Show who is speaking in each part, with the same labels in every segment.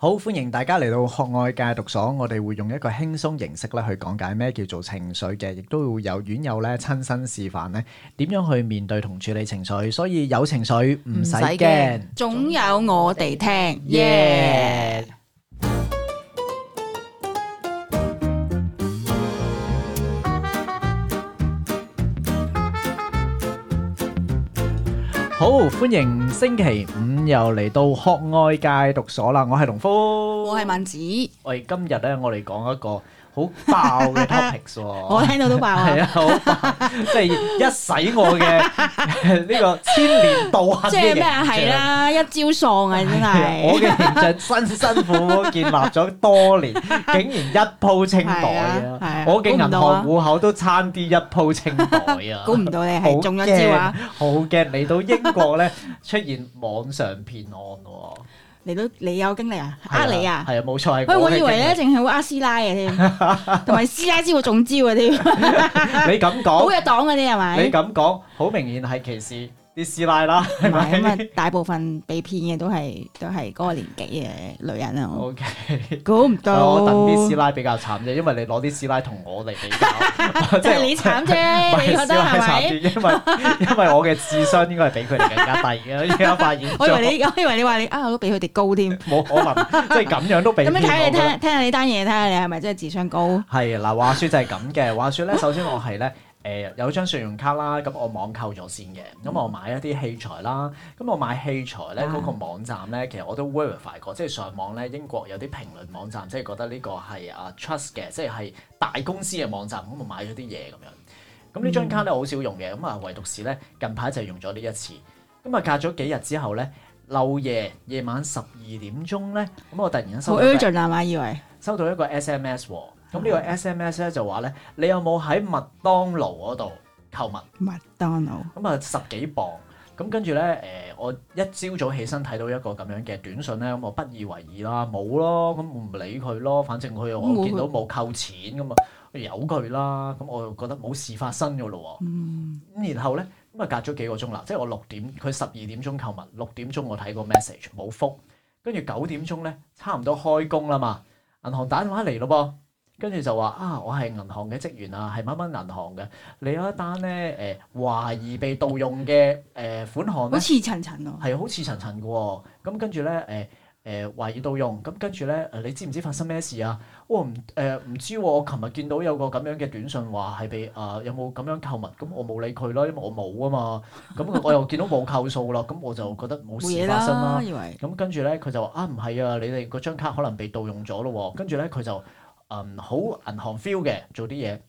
Speaker 1: 好，歡迎大家嚟到學愛戒毒所，我哋會用一個輕鬆形式咧去講解咩叫做情緒嘅，亦都會有院友咧親身示範咧點樣去面對同處理情緒，所以有情緒唔使驚。
Speaker 2: 總有我哋聽，耶！
Speaker 1: 耶！好，歡迎星期五又嚟到學愛戒毒所啦！我係農夫，
Speaker 2: 我係萬子，
Speaker 1: 我哋今日咧，我哋講一個好爆 嘅 topics 喎。
Speaker 2: 我聽到都爆
Speaker 1: 係啊，
Speaker 2: 啊！
Speaker 1: 好爆，即係一洗我 嘅呢個千年道行
Speaker 2: 即
Speaker 1: 嘅
Speaker 2: 係
Speaker 1: 形
Speaker 2: 咩啊？
Speaker 1: 象
Speaker 2: 係啦，一招喪啊！真
Speaker 1: 我
Speaker 2: 係
Speaker 1: 嘅形象辛辛苦苦建立咗多 年，竟然一鋪清袋
Speaker 2: 係啊
Speaker 1: 啊
Speaker 2: 係啊！
Speaker 1: 我嘅銀行
Speaker 2: 估唔到啊
Speaker 1: 户口都差啲一鋪清袋啊！
Speaker 2: 估唔到你
Speaker 1: 好
Speaker 2: 係中咗招啊！
Speaker 1: 驚！好驚！嚟到英國咧，出現網上騙案喎，
Speaker 2: 你都你有經歷啊？呃你啊？
Speaker 1: 係啊，冇錯係
Speaker 2: 喂，
Speaker 1: 我
Speaker 2: 我
Speaker 1: 嘅
Speaker 2: 以為咧，
Speaker 1: 經
Speaker 2: 淨係會呃師奶 嘅添，同埋師奶先會中招嘅添，
Speaker 1: 歷，你咁
Speaker 2: 好
Speaker 1: 講，
Speaker 2: 嘅黨嗰啲係
Speaker 1: 你
Speaker 2: 咪？
Speaker 1: 咁講，好明顯係歧視啲師奶啦，
Speaker 2: 唔
Speaker 1: 係
Speaker 2: 係咁
Speaker 1: 咪
Speaker 2: 啊，大部分被騙嘅都係都係嗰個年紀嘅女人啊！我
Speaker 1: ？O K。
Speaker 2: 估唔到，
Speaker 1: 我等啲師奶比較慘啫，因為你攞啲師奶同我嚟比 較，
Speaker 2: 即係你慘
Speaker 1: 唔係
Speaker 2: 啫，你覺得
Speaker 1: 小
Speaker 2: 係
Speaker 1: 奶慘
Speaker 2: 咪？
Speaker 1: 啲，因為因為我嘅智商應該係比佢哋更加低嘅，而家發現
Speaker 2: 我以為
Speaker 1: 咗
Speaker 2: 你，我以為你話你啊，我都比佢哋高添。
Speaker 1: 冇可能，即係咁樣都俾
Speaker 2: 咁
Speaker 1: 騙
Speaker 2: 樣睇你
Speaker 1: 我嘅。
Speaker 2: 聽聽下你單嘢，睇下你係咪真係智商高？
Speaker 1: 係嗱，話説就係咁嘅。話説咧，首先我係咧。誒有張信用卡啦，咁我網購咗先嘅，咁我買一啲器材啦，咁我買器材咧
Speaker 2: 啊
Speaker 1: 嗰個網站咧，其實我都 verify 過，即係上網咧英國有啲評論網站，即係覺得呢個係啊 trust 嘅，即係係大公司嘅網站，咁我買咗啲嘢咁樣。
Speaker 2: 嗯
Speaker 1: 咁呢張卡咧我好少用嘅，咁啊唯獨是咧近排就用咗呢一次，咁啊隔咗幾日之後咧，漏夜夜晚十二點鐘咧，咁我突然間收
Speaker 2: 好
Speaker 1: 到一個
Speaker 2: urgent 啊係嘛？以為
Speaker 1: 收到一個 SMS 喎，咁
Speaker 2: 嗯
Speaker 1: 呢個 SMS 咧就話咧，你有冇喺麥當勞嗰度購物？
Speaker 2: 麥當勞
Speaker 1: 咁啊十幾磅，咁跟住咧誒，我一朝早起身睇到一個咁樣嘅短信咧，咁我不以為意啦，冇咯，咁我唔理佢咯，反正佢
Speaker 2: 嗯冇
Speaker 1: 我見到冇扣錢咁啊，由佢啦，咁我又覺得冇事發生噶咯喎，
Speaker 2: 嗯
Speaker 1: 咁然後咧咁啊隔咗幾個鐘啦，即係我六點佢十二點鐘購物，六點鐘我睇個 message 冇覆，跟住九點鐘咧差唔多開工啦嘛，銀行打電話嚟咯噃，跟住就話啊我係銀行嘅職員啊，係乜乜銀行嘅，你有一單咧誒懷疑被盜用嘅誒、呃款項
Speaker 2: 好
Speaker 1: 咧。
Speaker 2: 似層層喎，
Speaker 1: 係好似層層嘅喎。咁跟住咧誒誒懷疑盜用，咁跟住咧誒你知唔知發生咩事啊？我唔誒唔知喎，我琴日見到有個咁樣嘅短信話係被啊、有冇咁樣購物，咁我冇理佢啦，因為我冇啊嘛。咁我又見到冇扣數啦，咁我就覺得冇
Speaker 2: 冇
Speaker 1: 事
Speaker 2: 嘢
Speaker 1: 發生
Speaker 2: 啦，
Speaker 1: 啦。
Speaker 2: 以為
Speaker 1: 咁跟住咧佢就話啊唔係啊，你哋嗰張卡可能被盜用咗咯喎。跟住咧佢就嗯好銀行 feel 嘅做啲嘢。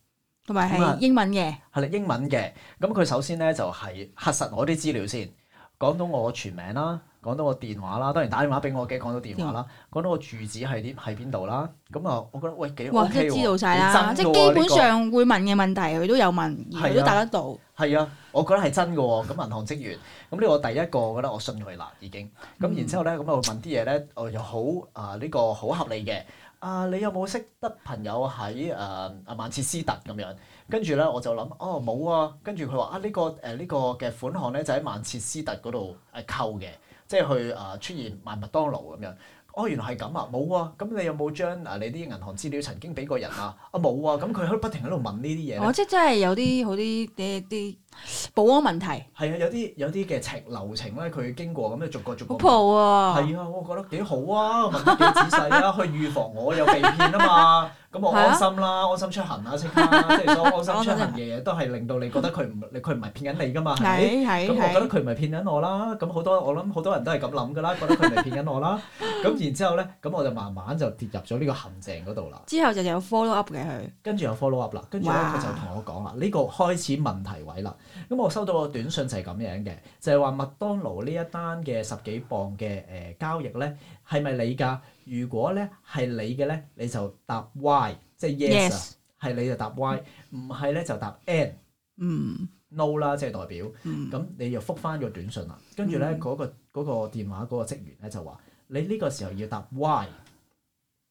Speaker 2: 同埋
Speaker 1: 咁啊
Speaker 2: 係英文嘅，
Speaker 1: 係啦，英文嘅。咁佢首先咧就係、核實我啲資料先，講到我全名啦，講到我電話啦，當然打電話俾我嘅講到電話啦，
Speaker 2: 嗯
Speaker 1: 講到我住址係啲喺邊度啦。咁啊，我覺得喂幾
Speaker 2: 哇！即
Speaker 1: OK
Speaker 2: 係
Speaker 1: 喎，
Speaker 2: 知道晒啦，
Speaker 1: 幾真㗎喎
Speaker 2: 即係基本
Speaker 1: 呢
Speaker 2: 上會問嘅問題佢都有問，
Speaker 1: 係啊
Speaker 2: 而佢都答得到。
Speaker 1: 個係啊，我覺得係真嘅喎。咁銀行職員，咁呢個第一個，我覺得我信佢啦已經。咁然之後咧，咁我問啲嘢咧，我又好啊呢、個好合理嘅。啊，你有冇識得朋友喺誒啊曼徹斯特咁樣？跟住咧我就諗，哦冇啊。跟住佢話啊呢、個誒呢、個嘅款項咧就喺曼徹斯特嗰度誒扣嘅，即係去誒、啊出現賣麥當勞咁樣。哦，原來係咁啊，冇啊。咁你有冇將啊你啲銀行資料曾經俾過人啊？啊冇啊。咁佢喺度不停喺度問呢啲嘢咧
Speaker 2: 哦我即係真係有啲好啲啲啲保安問題，
Speaker 1: 係啊，有啲有啲嘅程流程咧，佢經過咁就逐個逐個
Speaker 2: 好
Speaker 1: 問。
Speaker 2: pro 啊！
Speaker 1: 係啊，我覺得幾好啊，問得幾仔細 啊，去預防我有被騙啊嘛。咁我
Speaker 2: 係啊
Speaker 1: 安心啦，安心出行啦，即 刻啦，即係所有安心出行嘅嘢都係令到你覺得佢唔佢唔係騙緊你噶嘛，係咪？
Speaker 2: 係係
Speaker 1: 咁我覺得
Speaker 2: 係，
Speaker 1: 佢唔係騙緊我啦，咁好多我諗好多人都係咁諗噶啦，覺得佢唔係騙緊我啦。咁然之後咧，咁我就慢慢就跌入咗呢個陷阱嗰度啦。
Speaker 2: 之後就有 follow up 嘅佢，
Speaker 1: 跟住又 follow up 啦，跟住咧
Speaker 2: 哇
Speaker 1: 佢就同我講啦，呢、個開始問題位啦。咁我收到個短信就係咁樣嘅，就係話麥當勞呢一單嘅十幾磅嘅誒、呃交易咧，係咪你㗎？如果咧係你嘅咧，你就答 Y，即係 yes 啊
Speaker 2: Yes，
Speaker 1: 係你就答 Y，唔係咧就答 N。
Speaker 2: 嗯
Speaker 1: no 啦，即係代表，
Speaker 2: 嗯
Speaker 1: 咁你又覆翻個短信啦。跟住咧嗰個嗰個電話嗰個職員咧就話：你呢個時候要答 why。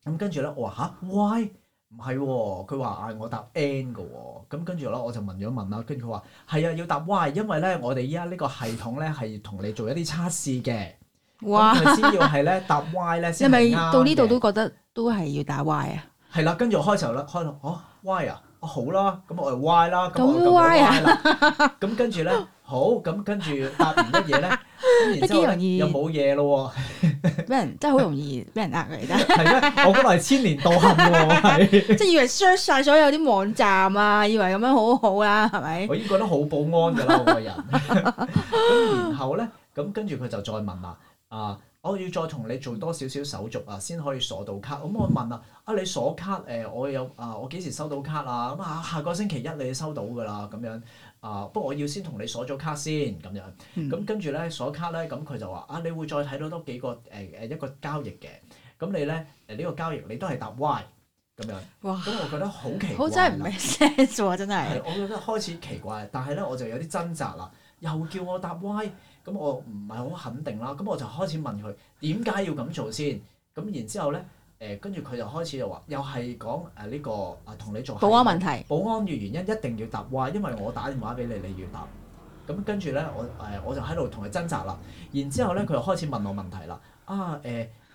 Speaker 1: 咁跟住咧，我話吓 why 唔係喎，佢話嗌我答 n 嘅喎。咁跟住咧，我就問咗問啦。跟住佢話係啊，要答 why，因為咧我哋依家呢個系統咧係同你做一啲測試嘅。
Speaker 2: 哇！
Speaker 1: 咁佢先要係咧答 Y 咧
Speaker 2: 你
Speaker 1: 先啊
Speaker 2: 咪
Speaker 1: 係啱
Speaker 2: 到呢度
Speaker 1: 嘅
Speaker 2: 都覺得都係要打 Y 啊？
Speaker 1: 係啦，跟住我開頭咧，開頭哦 Y 啊，哦好啦，咁我就 Y 啦，咁我就撳
Speaker 2: 咁
Speaker 1: 咗
Speaker 2: Y 啊
Speaker 1: Y 啦，咁跟住咧，好，咁跟住答完乜嘢咧？咁然之後
Speaker 2: 都幾容
Speaker 1: 咧
Speaker 2: 易
Speaker 1: 又冇嘢咯
Speaker 2: 俾人真係好容易 俾人呃嘅而家
Speaker 1: 喎，，係啊，我嗰度係千年道行喎，我係，
Speaker 2: 即係以為 search 晒所有啲網站啊，以為咁樣好好啦，係咪？
Speaker 1: 我已經覺得好保安㗎啦，我個人。咁然後咧，咁跟住佢就再問啦，啊，我要再同你做多少少手續啊，先可以鎖到卡。咁我問啊，啊你鎖卡誒、我有啊，我幾時收到卡啊？咁啊，下個星期一你收到㗎啦，咁樣啊，不過我要先同你鎖咗卡先，咁樣。
Speaker 2: 嗯
Speaker 1: 咁跟住咧鎖卡咧，咁佢就話啊，你會再睇到多幾個誒誒、一個交易嘅，咁你咧誒呢個交易你都係答 Y 咁樣，
Speaker 2: 哇！
Speaker 1: 咁我覺得好奇怪啦，啊
Speaker 2: 好真係唔 make sense 喎，真係
Speaker 1: 係我覺得開始奇怪，但係咧我就有啲掙扎啦，又叫我答 Y，咁我唔係好肯定啦，咁我就開始問佢點解要咁做先，咁然之後咧誒跟住佢就開始就話又係講誒呢個啊同你做
Speaker 2: 保安問題。
Speaker 1: 保安嘅原因一定要答 Y，因為我打電話俾你，你要答。咁跟住咧，我誒、我就喺度同佢掙扎啦。然之後咧，佢就開始問我問題啦。啊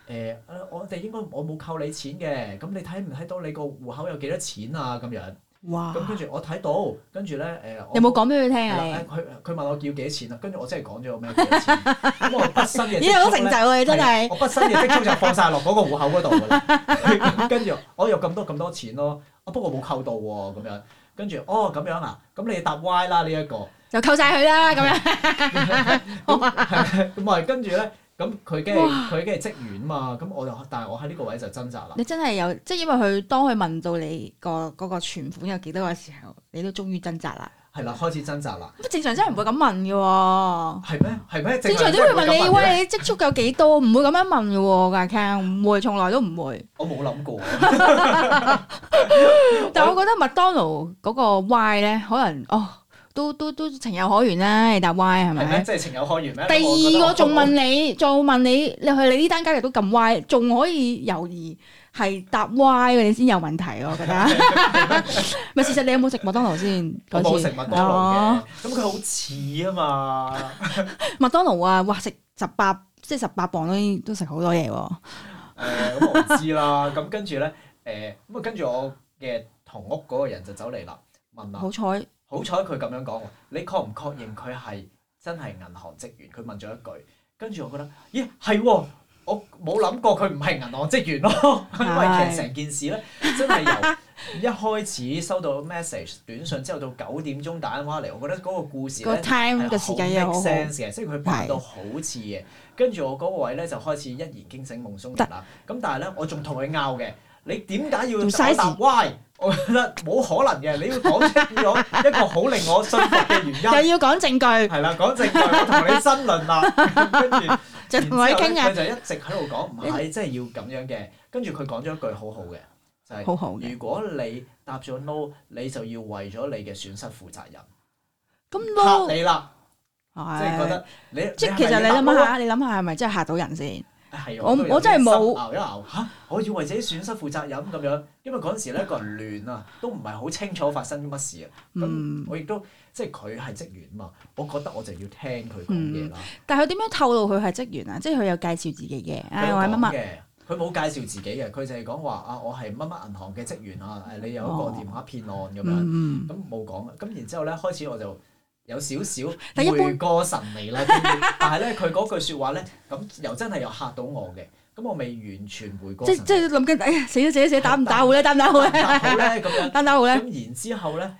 Speaker 1: 誒誒、呃我哋應該我冇扣你錢嘅，咁你睇唔睇到你個戶口有幾多錢啊？咁樣
Speaker 2: 哇！
Speaker 1: 咁跟住我睇到，跟住咧誒，我
Speaker 2: 有冇講俾佢聽
Speaker 1: 係
Speaker 2: 啊？
Speaker 1: 啦
Speaker 2: 你
Speaker 1: 誒佢佢問我要幾多錢啊？跟住我真係講咗咩幾多 錢。咁我畢生嘅
Speaker 2: 咦，好
Speaker 1: 積
Speaker 2: 成
Speaker 1: 蓄
Speaker 2: 就
Speaker 1: 呢
Speaker 2: 啊！你真
Speaker 1: 係
Speaker 2: 係
Speaker 1: 我畢生嘅積蓄就放晒落嗰個戶口嗰度㗎啦。 跟住我哦有咁多咁多錢咯，啊不過冇扣到喎咁樣。跟住哦咁樣啊，咁你答 Y 啦呢一個。
Speaker 2: 就扣晒佢啦，咁
Speaker 1: 啊
Speaker 2: 樣
Speaker 1: 咁咪跟住咧，咁佢梗係
Speaker 2: 哇
Speaker 1: 佢梗係職員嘛，咁我就但係我喺呢個位就掙扎啦。
Speaker 2: 你真係有，即係因為佢當佢問到你個嗰個存款有幾多嘅時候，你都終於掙扎啦。
Speaker 1: 係啦，開始掙扎啦。
Speaker 2: 咁正常真係唔會咁問嘅喎。
Speaker 1: 係咩？係咩？
Speaker 2: 正常都
Speaker 1: 都
Speaker 2: 會問你，喂，你積蓄有幾多？唔會咁樣問嘅喎，架 Ken 唔會，從來都唔會。
Speaker 1: 我冇諗過。啊
Speaker 2: 但我覺得麥當勞嗰個 Y 咧，可能哦，都都都情有可原啦，你答 Y 係
Speaker 1: 係咩？
Speaker 2: 咪？
Speaker 1: 即係情有可原咩？
Speaker 2: 第二
Speaker 1: 我覺
Speaker 2: 個
Speaker 1: 得
Speaker 2: 仲
Speaker 1: 我
Speaker 2: 問你，仲問你，你去你呢單交易都咁 Y，仲可以猶豫係答 Y 嘅，你先有問題喎我 覺得。咪事實你有冇食麥當勞先
Speaker 1: 我
Speaker 2: 嗰
Speaker 1: 冇啊
Speaker 2: 次
Speaker 1: 食？麥
Speaker 2: 哦
Speaker 1: 當勞嘅，咁佢好似啊嘛。
Speaker 2: 麥當勞啊，哇！食十八即係十八磅都都食好多嘢喎。
Speaker 1: 誒咁我唔知啦。咁跟住咧，誒咁啊跟住我嘅同屋嗰個人就走嚟啦，問啦。
Speaker 2: 好彩
Speaker 1: 好彩佢咁樣講喎，你確唔確認佢係真係銀行職員？佢問咗一句，跟住我覺得，咦係喎。我冇諗過佢唔係銀行職員 咯，因為其實成件事咧真係由一開始收到 message 短信之後到九點鐘打電話嚟，我覺得嗰個故事
Speaker 2: 個
Speaker 1: 咧
Speaker 2: time 嘅時間又好
Speaker 1: 好
Speaker 2: 好
Speaker 1: make。sense 嘅，即係佢扮到好似嘅。跟住我嗰個位咧就開始一言驚醒夢中人啦。咁但係咧，我仲同佢拗嘅，你點解要
Speaker 2: 仲嘥時
Speaker 1: 答 Y？我覺得冇可能嘅，你要講出咗一個好令我信服嘅原
Speaker 2: 又
Speaker 1: 因。
Speaker 2: 要講證據，
Speaker 1: 係啦，講證據，我同你爭論 啦。跟住
Speaker 2: 就同佢傾
Speaker 1: 然
Speaker 2: 啊，
Speaker 1: 之後咧佢就一直喺度講，唔係，即係要咁樣嘅。跟住佢講咗一句好好嘅，就係、
Speaker 2: 好好嘅。
Speaker 1: 如果你答咗 no，你就要為咗你嘅損失負責任。
Speaker 2: 咁都
Speaker 1: 嚇你啦，即係覺
Speaker 2: 係，
Speaker 1: 得你
Speaker 2: 即係
Speaker 1: 係
Speaker 2: 其實你
Speaker 1: 咪要答
Speaker 2: 諗
Speaker 1: no 啊
Speaker 2: 下，你諗下係咪真係嚇到人先？
Speaker 1: 係
Speaker 2: 我我真係冇
Speaker 1: 熬一熬嚇，我要為自己損失負責任咁樣，因為嗰陣時咧個人亂啊，都唔係好清楚發生啲乜事啊。咁
Speaker 2: 嗯，
Speaker 1: 我亦都即係佢係職員嘛，我覺得我就要聽佢講嘢啦。
Speaker 2: 但係佢點樣透露佢係職員啊？即係佢有介紹自己嘅，唉，
Speaker 1: 佢
Speaker 2: 我係
Speaker 1: 講
Speaker 2: 乜乜，
Speaker 1: 嘅，佢冇介紹自己嘅，佢就係講話啊，我係乜乜銀行嘅職員啊，誒你有一個
Speaker 2: 哦
Speaker 1: 電話騙案咁樣，
Speaker 2: 嗯，嗯
Speaker 1: 咁冇講啊。咁然之後咧，開始我就。有少少
Speaker 2: 但一般
Speaker 1: 回過神嚟啦，跟住但係咧佢嗰句説話咧，咁又真係又嚇到我嘅，咁我未完全回過
Speaker 2: 即
Speaker 1: 神
Speaker 2: 係
Speaker 1: 嚟。
Speaker 2: 即係諗緊，哎呀，死咗死咗死咗，打唔打好咧？打唔打好 咧？
Speaker 1: 答好咧咁樣。
Speaker 2: 打唔打好咧？
Speaker 1: 咁然之後咧，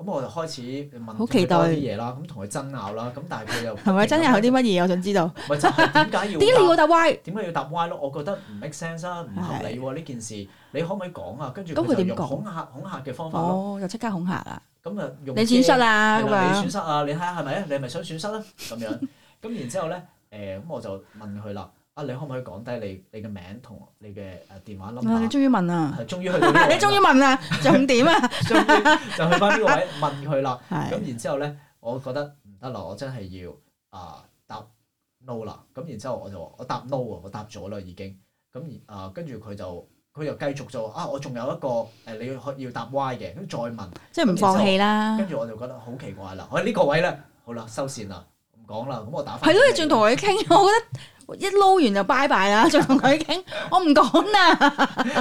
Speaker 1: 誒、咁我就開始問
Speaker 2: 好
Speaker 1: 佢
Speaker 2: 期待
Speaker 1: 多啲嘢啦，咁同佢爭拗啦，咁但係佢又
Speaker 2: 係咪真係有啲乜嘢？我想知道，
Speaker 1: 咪就係點解要
Speaker 2: 點解你要
Speaker 1: 答
Speaker 2: 答 Y？
Speaker 1: 點解要答 Y 咯？我覺得唔 make sense 啊，唔合理喎呢件事，你可唔可以講啊？跟住
Speaker 2: 咁佢
Speaker 1: 佢就
Speaker 2: 點
Speaker 1: 用
Speaker 2: 講
Speaker 1: 恐嚇恐嚇嘅方法咯，
Speaker 2: 哦，又即刻恐嚇啦！
Speaker 1: 咁啊用
Speaker 2: 你損失啦
Speaker 1: 係
Speaker 2: 咁
Speaker 1: 啦，你損
Speaker 2: 樣，
Speaker 1: 失啊！你睇下係咪啊？你係咪想損失啊？咁樣 咁然之後咧，誒、咁我就問佢啦，啊你可唔可以講低你你嘅名同你嘅誒電話
Speaker 2: 啊你
Speaker 1: number？
Speaker 2: 終於問啦，
Speaker 1: 係終於去到呢個
Speaker 2: 你
Speaker 1: 位
Speaker 2: 終於
Speaker 1: 啦
Speaker 2: 問啦，重點啊，
Speaker 1: 終於就去翻呢個位問佢啦。咁
Speaker 2: 係
Speaker 1: 然之後咧，我覺得唔得啦，我真係要啊答 no 啦。咁然之後我就話我答 no 喎，我答咗啦已經。咁而啊跟住佢就佢又繼續就話啊，我仲有一個誒、你要去要答 Y 嘅，咁再問。
Speaker 2: 啊即係唔放棄啦
Speaker 1: 跟。住我就覺得好奇怪啦。我喺呢個位咧，好啦收線啦，唔講講啦，咁我打
Speaker 2: 係
Speaker 1: 翻。
Speaker 2: 咯，你 仲同佢傾，我覺得一撈完就拜拜啦，仲同佢傾，我唔講 啦，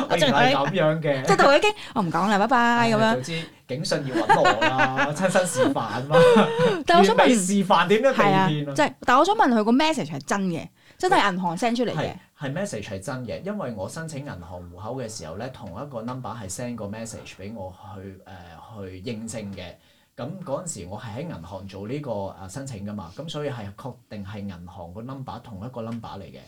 Speaker 1: 我仲係咁樣嘅，
Speaker 2: 即係同佢傾，我唔講啦，拜拜咁樣。
Speaker 1: 早知警訊要揾我啦，親身示範啦。
Speaker 2: 但係我想
Speaker 1: 完美
Speaker 2: 問，
Speaker 1: 示範點樣被
Speaker 2: 係啊，
Speaker 1: 騙啊？
Speaker 2: 即係，但我想問佢個 message 係真嘅，真係銀行 send 出嚟
Speaker 1: 係
Speaker 2: 嘅。
Speaker 1: 係 message 係真嘅，因為我申請銀行户口嘅時候咧，同一個 number 係 send 個 message 俾我去誒、呃去應證嘅。咁嗰陣時我係喺銀行做呢個誒申請噶嘛，咁所以係確定係銀行個 number 同一個 number 嚟嘅。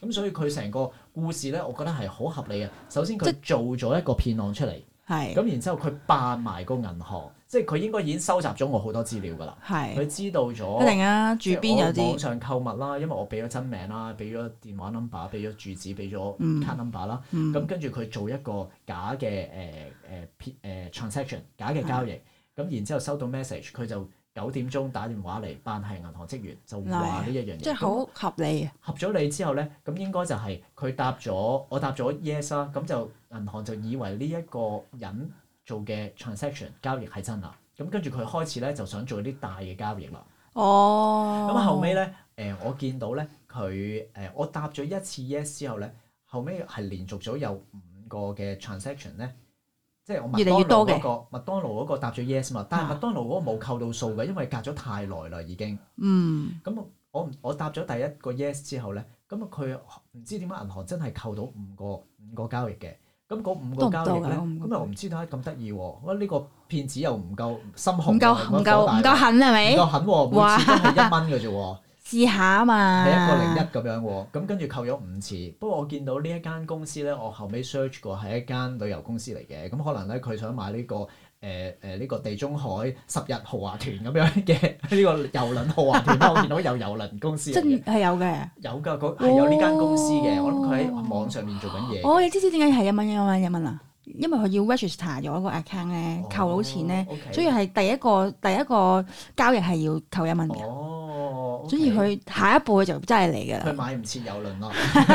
Speaker 1: 咁所以佢成個故事咧，我覺得係好合理嘅。啊首先佢做咗一個騙案出嚟，
Speaker 2: 係
Speaker 1: 咁然之後佢扮埋個銀行，即係佢應該已經收集咗我好多資料㗎啦。
Speaker 2: 係，
Speaker 1: 佢知道咗
Speaker 2: 一定啊，住邊有
Speaker 1: 即係我網
Speaker 2: 啲
Speaker 1: 上購物啦，因為我俾咗真名啦，俾咗電話 number，俾咗住址，俾
Speaker 2: 嗯
Speaker 1: 咗卡 number 啦。
Speaker 2: 嗯
Speaker 1: 咁跟住佢做一個假嘅誒誒 transaction，假嘅交易。咁然之後收到 message，佢就九點鐘打電話嚟，扮係銀行職員，就話呢一樣嘢。
Speaker 2: 即係好合理啊。
Speaker 1: 合咗你之後咧，咁應該就係佢答咗，我答咗 yes 啦，咁就銀行就以為呢一個人做嘅 transaction 交易係真啦。咁跟住佢開始咧就想做啲大嘅交易啦。
Speaker 2: 哦，
Speaker 1: 咁後尾咧，誒、我見到咧佢誒，我答咗一次 yes 之後咧，後尾係連續咗有五個嘅 transaction 咧，即係我
Speaker 2: 越
Speaker 1: 麥
Speaker 2: 嚟越
Speaker 1: 當
Speaker 2: 多
Speaker 1: 勞嗰、
Speaker 2: 嘅啊
Speaker 1: 個麥當勞嗰個答咗 yes 嘛，但係麥當勞嗰個冇扣到數嘅，因為隔咗太耐啦已經。
Speaker 2: 嗯，
Speaker 1: 咁我我唔我答咗第一個 yes 之後咧，咁佢唔知點解銀行真係扣到五個五個交易嘅。咁嗰五個
Speaker 2: 多唔
Speaker 1: 交
Speaker 2: 多
Speaker 1: 易
Speaker 2: 㗎
Speaker 1: 咧，
Speaker 2: 嗰五個
Speaker 1: 咁又唔知點解咁得意喎！我呢個騙子又唔夠心
Speaker 2: 唔
Speaker 1: 紅喎，
Speaker 2: 夠唔夠唔
Speaker 1: 火
Speaker 2: 夠
Speaker 1: 大
Speaker 2: 狠係咪
Speaker 1: 唔？夠狠喎，每次都係一蚊嘅啫喎。
Speaker 2: 試下啊嘛，
Speaker 1: 係一個零一咁樣喎，咁跟住扣咗五次。不過我見到呢一間公司咧，我後尾 search 過係一間旅遊公司嚟嘅，咁可能咧佢想買呢、個誒誒呢個地中海十日豪華團咁樣嘅 呢個遊輪豪華團 啦，我見到有遊輪公司嚟
Speaker 2: 真
Speaker 1: 嘅，
Speaker 2: 係有嘅。
Speaker 1: 有㗎，佢係有呢間公司嘅，我諗佢喺網上面做緊嘢。
Speaker 2: 哦，你知唔知點解係一蚊一蚊一蚊啊？因為佢要 register 咗個 account 咧，扣到錢咧，
Speaker 1: 哦，OK
Speaker 2: 所以係第一個第一個交易係要扣一蚊嘅。
Speaker 1: 哦，
Speaker 2: 所以佢下一步佢就真係嚟嘅
Speaker 1: 佢
Speaker 2: 啦，
Speaker 1: 買唔切遊輪咯，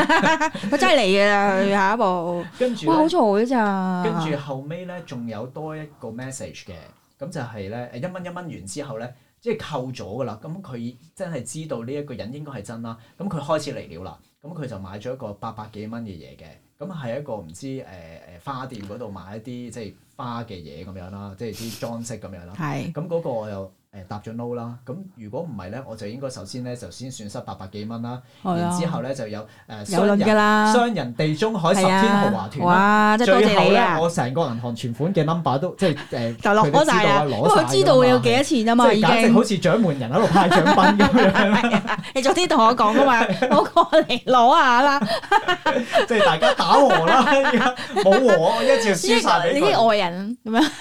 Speaker 2: 佢真係嚟嘅啦，佢下一步。
Speaker 1: 跟住
Speaker 2: 哇，
Speaker 1: 呢
Speaker 2: 好嘈咋！
Speaker 1: 跟住後尾咧，仲有多一個 message 嘅，咁就係咧誒一蚊一蚊完之後咧，即係扣咗噶啦，咁佢真係知道呢一個人應該係真啦，咁佢開始嚟了啦，咁佢就買咗一個八百幾蚊嘅嘢嘅，咁係一個唔知誒誒、呃花店嗰度買一啲即係花嘅嘢咁樣啦，即係啲裝飾咁樣啦，
Speaker 2: 係
Speaker 1: 咁嗰個我又。誒答咗 no 啦，咁如果唔係咧，我就應該首先咧就先損失八百幾蚊啦，
Speaker 2: 係
Speaker 1: 然
Speaker 2: 啊
Speaker 1: 之，後咧就有誒、呃、
Speaker 2: 有
Speaker 1: 雙
Speaker 2: 論㗎
Speaker 1: 人
Speaker 2: 啦，
Speaker 1: 雙人地中海十
Speaker 2: 係
Speaker 1: 天豪華
Speaker 2: 啊，
Speaker 1: 團啦
Speaker 2: 哇！真係多
Speaker 1: 最後
Speaker 2: 謝你
Speaker 1: 咧
Speaker 2: 啊，！
Speaker 1: 我成個銀行存款嘅 number 都即係誒，
Speaker 2: 就落
Speaker 1: 佢都
Speaker 2: 咗
Speaker 1: 知道
Speaker 2: 晒啦，
Speaker 1: 我
Speaker 2: 因為
Speaker 1: 攞晒
Speaker 2: 佢知道你有幾
Speaker 1: 㗎
Speaker 2: 多錢啊
Speaker 1: 嘛
Speaker 2: 嘛，
Speaker 1: 即
Speaker 2: 已
Speaker 1: 係簡直
Speaker 2: 經
Speaker 1: 好。似掌門人喺度派獎品咁樣，
Speaker 2: 你早啲同我講噶嘛，我過嚟攞下啦。
Speaker 1: 即係大家打和啦，而家冇和，一次輸
Speaker 2: 呢
Speaker 1: 晒俾
Speaker 2: 你啲
Speaker 1: 佢。
Speaker 2: 外人咁樣，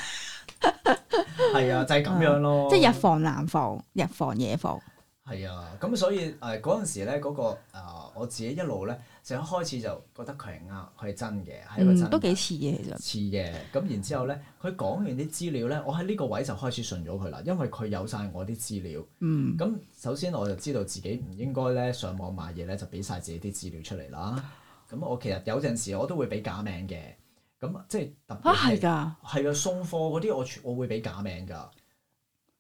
Speaker 1: 係啊，就係咁樣咯。
Speaker 2: 即係日防南防，日防夜防。
Speaker 1: 係啊，咁所以誒嗰陣時咧，嗰個呃我自己一路咧，就一開始就覺得佢係呃，佢係真嘅，係一個
Speaker 2: 嗯
Speaker 1: 真，
Speaker 2: 都幾似嘅其實。
Speaker 1: 似嘅，咁然之後咧，佢講完啲資料咧，我喺呢個位就開始信咗佢啦，因為佢有晒我啲資料。
Speaker 2: 嗯，
Speaker 1: 咁首先我就知道自己唔應該咧上網買嘢咧就俾晒自己啲資料出嚟啦。咁我其實有陣時我都會俾假名嘅，咁即係特
Speaker 2: 啊
Speaker 1: 別係
Speaker 2: 係㗎，
Speaker 1: 係啊送貨嗰啲我全我會俾假名㗎，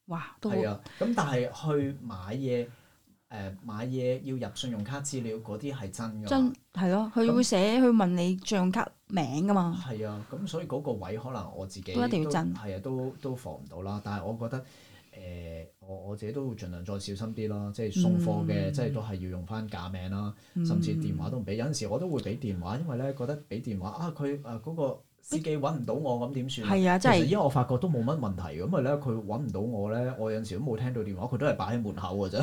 Speaker 2: 哇都好
Speaker 1: 係啊。咁但係去買嘢誒、買嘢要入信用卡資料嗰啲係真㗎，
Speaker 2: 真係咯，佢會寫去問你信用卡名㗎嘛。
Speaker 1: 係啊。咁所以嗰個位可能我自己
Speaker 2: 都一定要真
Speaker 1: 係啊，都都防唔到啦。但係我覺得。誒、我我自己都會盡量再小心啲啦，即係送貨嘅，
Speaker 2: 嗯
Speaker 1: 即係都係要用翻假名啦。
Speaker 2: 嗯
Speaker 1: 甚至電話都唔俾。有陣時我都會俾電話，因為咧覺得俾電話啊，佢誒嗰個司機揾唔到我咁點算啊？
Speaker 2: 係啊，
Speaker 1: 其
Speaker 2: 真
Speaker 1: 實依
Speaker 2: 係
Speaker 1: 家我發覺都冇乜問題嘅，因為咧佢揾唔到我咧，我有陣時都冇聽到電話，佢都係擺喺門口嘅啫。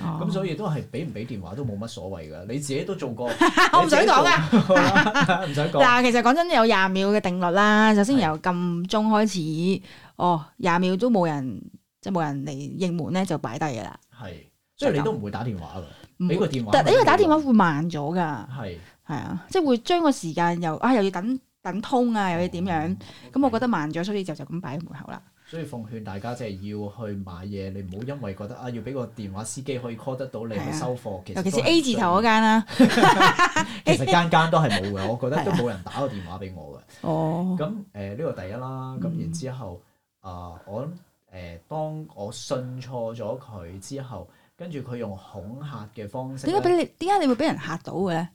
Speaker 1: 咁、
Speaker 2: 咁
Speaker 1: 所以都係俾唔俾電話都冇乜所謂
Speaker 2: 嗯
Speaker 1: 㗎。你自己都做 過，
Speaker 2: 我唔想講啊。
Speaker 1: 啊，唔想講。
Speaker 2: 嗱，其實講真有廿秒嘅定律啦，首先由撳鐘開始，哦，廿秒都冇人，即係冇人嚟應門咧，就擺低㗎啦。
Speaker 1: 係，所以你都唔會打電話
Speaker 2: 唔
Speaker 1: 㗎，俾
Speaker 2: 會
Speaker 1: 個電話咪
Speaker 2: 但
Speaker 1: 得㗎。
Speaker 2: 因為打電話會慢咗㗎，
Speaker 1: 係
Speaker 2: 係啊，即係會將個時間又啊又要等等通啊，又要點
Speaker 1: 嗯
Speaker 2: 樣？咁我覺得慢咗，所以就就咁擺喺門口啦。
Speaker 1: 所以奉勸大家即係要去買嘢，你唔好因為覺得啊要俾個電話司機可以 call 得到你
Speaker 2: 係啊
Speaker 1: 去收貨，其實
Speaker 2: 尤其是
Speaker 1: 都係
Speaker 2: A
Speaker 1: 唔需
Speaker 2: 字
Speaker 1: 要
Speaker 2: 頭嗰間啦。
Speaker 1: 其實間間都係冇嘅，我覺得都冇人打個電話俾我嘅。
Speaker 2: 哦，
Speaker 1: 咁誒呢個第一啦，
Speaker 2: 嗯
Speaker 1: 咁然之後啊、我諗誒、當我信錯咗佢之後，跟住佢用恐嚇嘅方式咧，
Speaker 2: 點解俾你？點解你會俾人嚇到嘅咧？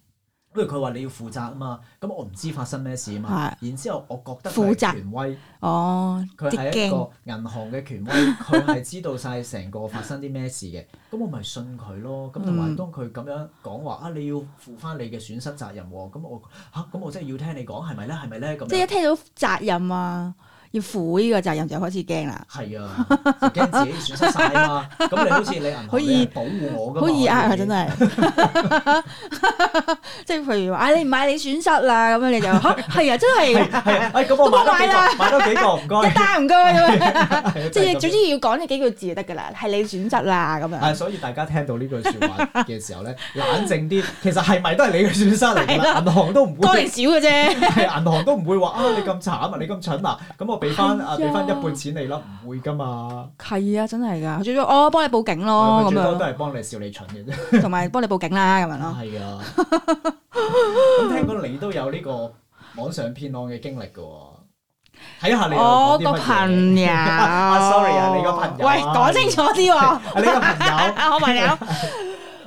Speaker 1: 因為佢話你要負責啊嘛，咁我唔知發生咩事啊嘛，然之後我覺得
Speaker 2: 負
Speaker 1: 佢
Speaker 2: 責
Speaker 1: 係權威，
Speaker 2: 哦，
Speaker 1: 佢
Speaker 2: 啲
Speaker 1: 係一
Speaker 2: 驚
Speaker 1: 個銀行嘅 權威，佢係知道晒成個發生啲咩事嘅，咁我咪信佢咯。咁同埋
Speaker 2: 嗯
Speaker 1: 當佢咁樣講話啊，你要負翻你嘅損失責任喎，咁我嚇咁我真係要聽你講係咪咧？係咪咧？咁
Speaker 2: 即係一
Speaker 1: 樣
Speaker 2: 聽到責任啊，要負呢個責任就開始驚啦，
Speaker 1: 係啊，就驚自己損失晒啊 嘛。咁你好似你銀行
Speaker 2: 可以
Speaker 1: 你係保護我噶嘛，
Speaker 2: 好易呃啊！真
Speaker 1: 係
Speaker 2: 係， 即係譬如話，唉，你唔買你損失啦，咁樣 你就嚇係啊，真係
Speaker 1: 係啊，哎咁我買多幾個，買多幾個唔該
Speaker 2: 一。單唔該咁樣，
Speaker 1: 係啊
Speaker 2: 即
Speaker 1: 就係
Speaker 2: 係
Speaker 1: 咁
Speaker 2: 總之要講呢幾句字就得㗎啦，係你損失啦咁
Speaker 1: 係，
Speaker 2: 樣，
Speaker 1: 所以大家聽到呢句説話嘅時候咧， 冷靜啲。其實係咪都係你嘅損失嚟㗎啦？銀行都唔
Speaker 2: 多定
Speaker 1: 會，
Speaker 2: 少嘅啫，
Speaker 1: 係銀行都唔會話啊！你咁慘啊！你咁蠢啊！咁我俾翻
Speaker 2: 係
Speaker 1: 啊，
Speaker 2: 啊
Speaker 1: 俾翻一半錢你啦，唔會㗎嘛。
Speaker 2: 係啊，真係㗎，最多我幫你報警咯
Speaker 1: 佢
Speaker 2: 哦咁
Speaker 1: 最多都
Speaker 2: 樣，
Speaker 1: 係幫你笑你蠢嘅啫。
Speaker 2: 同埋幫你報警啦咁樣咯。
Speaker 1: 係啊。咁聽講你都有呢個網上騙案嘅經歷㗎喎。睇下你又講
Speaker 2: 我哦個
Speaker 1: 啲乜嘢
Speaker 2: 朋友
Speaker 1: sorry 啊你個朋友啊
Speaker 2: 喂，講清楚啲喎。
Speaker 1: 係 你個朋友。
Speaker 2: 啊，我朋友，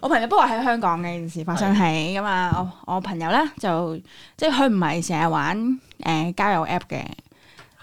Speaker 2: 我朋友不過喺香港嘅件事發生喺咁啊，我我朋友咧就即係佢唔係成日玩誒、呃交友 app 嘅，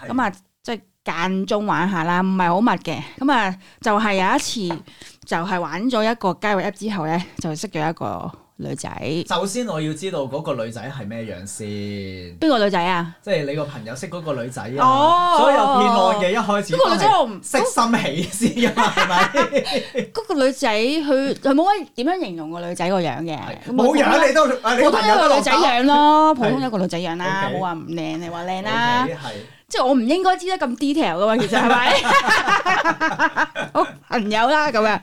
Speaker 1: 係
Speaker 2: 咁啊即係間中玩下啦，唔係好密嘅，咁啊就係、有一次就係玩咗一個交友 app 之後咧，就識咗一個女仔，
Speaker 1: 首先我要知道嗰個女仔係咩樣先。
Speaker 2: 邊個女仔啊？
Speaker 1: 即係你個朋友識嗰個女仔啊，
Speaker 2: 哦
Speaker 1: 所有騙案嘅一開始
Speaker 2: 嗰個
Speaker 1: 都
Speaker 2: 女仔
Speaker 1: 係
Speaker 2: 我唔
Speaker 1: 識心起先噶嘛，係 咪？
Speaker 2: 嗰個女仔佢佢冇乜點樣形容個女仔個樣嘅，咁我
Speaker 1: 冇樣你都啊，你個
Speaker 2: 普通
Speaker 1: 朋
Speaker 2: 一
Speaker 1: 友都
Speaker 2: 個女
Speaker 1: 落
Speaker 2: 仔
Speaker 1: 膽
Speaker 2: 樣咯，普通一個女仔樣啦，
Speaker 1: OK
Speaker 2: 冇話唔靚，你話靚啊
Speaker 1: OK，
Speaker 2: 啦，
Speaker 1: 係
Speaker 2: 即係我唔應該知得咁 detail 噶嘛，其 實係咪？ 好朋友啦咁樣，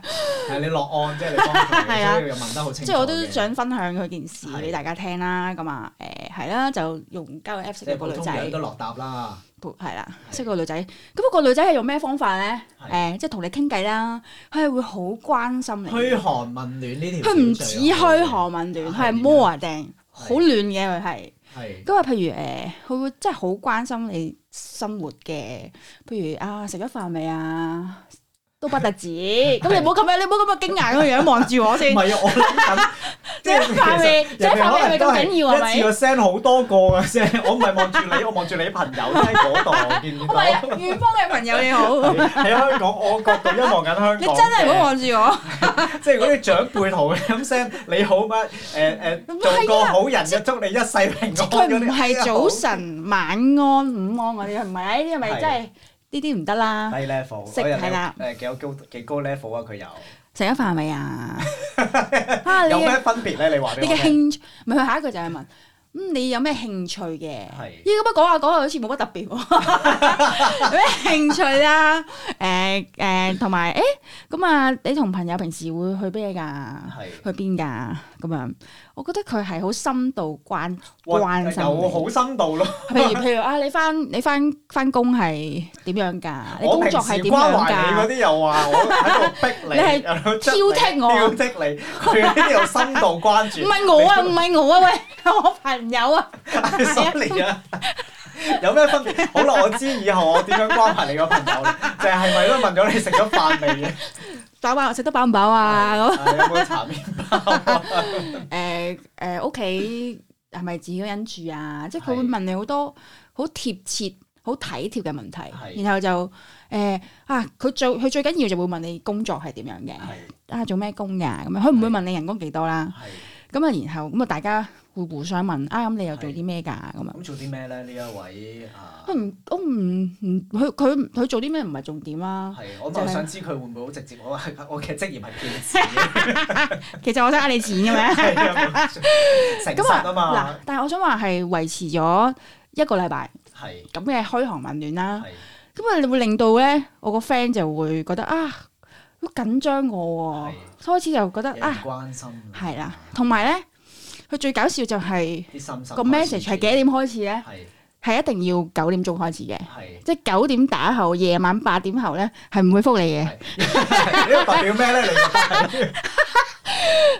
Speaker 1: 係你落案啫，你幫佢，
Speaker 2: 係啊
Speaker 1: 所以又問得好清楚
Speaker 2: 即
Speaker 1: 嘅。
Speaker 2: 係我都想分享佢件事
Speaker 1: 係
Speaker 2: 俾大家聽啦，咁啊誒係啦，就用交友 app 識
Speaker 1: 即
Speaker 2: 咗
Speaker 1: 係
Speaker 2: 個
Speaker 1: 普
Speaker 2: 女
Speaker 1: 通樣都
Speaker 2: 仔，
Speaker 1: 落答啦，
Speaker 2: 係啦，識個女仔，咁個女仔係用咩方法咧？
Speaker 1: 係
Speaker 2: 誒，即係同你傾偈啦，佢係會好關心你，
Speaker 1: 噓寒問暖呢條
Speaker 2: 佢
Speaker 1: 橋最好嘅。
Speaker 2: 唔止噓寒問暖，哦佢係摸定，好暖嘅佢係。
Speaker 1: 係
Speaker 2: 咁啊，譬如誒，呃佢、會真係好關心你生活嘅，譬如啊，食咗飯未啊？都不特止，咁你唔好咁樣，你唔好咁嘅驚訝咁嘅樣望住我
Speaker 1: 唔
Speaker 2: 先。
Speaker 1: 係啊？我諗緊，
Speaker 2: 即係範
Speaker 1: 面，
Speaker 2: 圍，即係範圍係咪咁緊要係
Speaker 1: 一次
Speaker 2: 咪？
Speaker 1: 個 send 好多個嘅啫，我唔係望住你，我望住你朋友喺嗰度，見唔見
Speaker 2: 我係啊，
Speaker 1: 到？
Speaker 2: 遠方嘅朋友你 好，
Speaker 1: 喺香港，我角度一望緊香港嘅。
Speaker 2: 你真係唔好望住我。
Speaker 1: 即係嗰啲長輩同佢咁聲你好乜誒
Speaker 2: 唔
Speaker 1: 誒
Speaker 2: 係啊
Speaker 1: 做個好人嘅祝你一世平
Speaker 2: 即係
Speaker 1: 安
Speaker 2: 佢
Speaker 1: 嗰
Speaker 2: 唔
Speaker 1: 啲，
Speaker 2: 係早晨、晚安、午安嗰啲，唔係呢啲係咪
Speaker 1: 係
Speaker 2: 真係呢啲唔得啦？
Speaker 1: 低 level，
Speaker 2: 啊食
Speaker 1: 我又
Speaker 2: 係啦
Speaker 1: 誒幾有高幾高 level 啊佢有，
Speaker 2: 食咗飯未 啊？啊，你
Speaker 1: 有
Speaker 2: 嘅
Speaker 1: 咩分別咧？你話俾
Speaker 2: 你
Speaker 1: 我
Speaker 2: 嘅
Speaker 1: 聽，
Speaker 2: 興趣，唔係佢下一句就係問，嗯，你有咩興趣嘅？
Speaker 1: 係
Speaker 2: 咦，咁樣講下講下好似冇乜特別喎， 有咩興趣啦？誒誒，同埋誒咁啊，你同朋友平時會去咩㗎？
Speaker 1: 係
Speaker 2: 去邊㗎？咁樣，我覺得佢係好深度關
Speaker 1: 哇
Speaker 2: 關心
Speaker 1: 有
Speaker 2: 你。
Speaker 1: 好深度咯。
Speaker 2: 譬 如譬如啊，你翻你翻翻工係點樣㗎？你
Speaker 1: 我
Speaker 2: 工
Speaker 1: 平
Speaker 2: 作
Speaker 1: 時
Speaker 2: 係點
Speaker 1: 關
Speaker 2: 樣
Speaker 1: 懷你嗰
Speaker 2: 㗎？
Speaker 1: 啲又話我喺度逼
Speaker 2: 你
Speaker 1: 你，
Speaker 2: 係
Speaker 1: 又喺度
Speaker 2: 挑
Speaker 1: 捽你
Speaker 2: 剔我啊
Speaker 1: 挑剔你，佢呢啲有深度關
Speaker 2: 唔
Speaker 1: 注。
Speaker 2: 係我啊，唔係我啊，喂， 我朋友啊，
Speaker 1: sorry 啊， 有咩分別？好啦，我知以後我點樣關懷你個朋友啦，就係係咪都問咗你食咗飯未嘅？
Speaker 2: 飽飽食得飽唔飽啊？咁
Speaker 1: 係有冇搽面
Speaker 2: 誒誒呃屋企係咪自己一個人住啊？即係佢會
Speaker 1: 係
Speaker 2: 問你好多好貼切、好體貼嘅問題，
Speaker 1: 係
Speaker 2: 然後就誒、啊，佢最佢最緊要就會問你工作係點樣嘅，
Speaker 1: 係
Speaker 2: 啊做咩工㗎咁樣，佢唔會
Speaker 1: 係
Speaker 2: 問你人工幾多啦。
Speaker 1: 係。
Speaker 2: 咁啊，然後咁啊，大家會互相問啊，咁你又做
Speaker 1: 係
Speaker 2: 啲咩㗎咁啊？
Speaker 1: 咁做啲咩咧？呢一位啊，
Speaker 2: 佢唔我唔唔佢佢佢做啲咩唔係重點啊啦。
Speaker 1: 係啊我
Speaker 2: 就
Speaker 1: 咪
Speaker 2: 係
Speaker 1: 想知佢會唔會好直接？我係我 嘅職業係騙子嘅，
Speaker 2: 其實我想呃你錢嘅 咩？
Speaker 1: 係啊誠
Speaker 2: 咁
Speaker 1: 實啊
Speaker 2: 啊
Speaker 1: 嘛
Speaker 2: 嗱，，但係我想話係維持咗一個禮拜
Speaker 1: 係
Speaker 2: 咁嘅虛寒問暖啦。
Speaker 1: 係
Speaker 2: 咁啊，你會令到咧，我個 friend 就會覺得啊，好緊張我喎，開始就覺得
Speaker 1: 有人
Speaker 2: 哦啊，
Speaker 1: 關心，
Speaker 2: 係啦，同埋咧，佢最搞笑就係
Speaker 1: 啲心心
Speaker 2: 個 message 係幾點開始咧？
Speaker 1: 係
Speaker 2: 係一定要九點鐘開始嘅，
Speaker 1: 係
Speaker 2: 即係九點打後，夜晚八點後咧係唔會覆你嘅。
Speaker 1: 係，呢個代表咩咧？你覺得係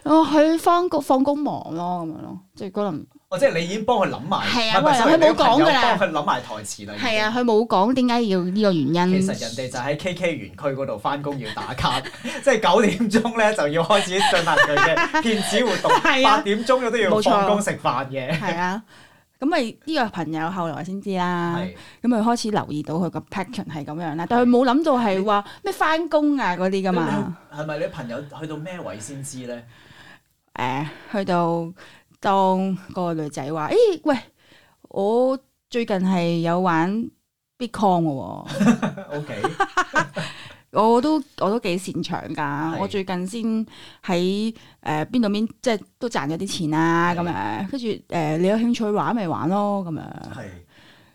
Speaker 2: 哦我佢放工放工忙咯，咁樣咯，即係可能
Speaker 1: 哦，即係你已經幫佢諗埋，
Speaker 2: 係啊
Speaker 1: 唔係唔係
Speaker 2: 因為佢
Speaker 1: sorry，你個
Speaker 2: 冇講
Speaker 1: 朋友
Speaker 2: 㗎啦
Speaker 1: 幫佢諗埋台詞啦。已經
Speaker 2: 係啊，佢冇講點解要呢個原因。
Speaker 1: 其實人哋就喺 KK 園區嗰度翻工要打卡， 即係九點鐘咧就要開始進行佢 嘅騙子活動，
Speaker 2: 係啊
Speaker 1: 八點鐘嗰都要
Speaker 2: 冇錯
Speaker 1: 放工食飯嘅。
Speaker 2: 係啊，咁咪呢個朋友後來先知啦。
Speaker 1: 係
Speaker 2: 咁佢開始留意到佢個 pattern 係咁樣啦，但佢冇諗到係話咩翻工啊嗰啲噶嘛。
Speaker 1: 係咪你朋友去到咩位先知 咧？
Speaker 2: 誒、去到當個女仔話：，誒、喂，我最近係有玩 Bitcoin 嘅喎，
Speaker 1: O K，
Speaker 2: 我都我都幾擅長㗎。我最近先喺誒邊度面，即係都賺咗啲錢啦、咁樣。跟住誒，你有興趣玩咪玩咯，咁樣。
Speaker 1: 係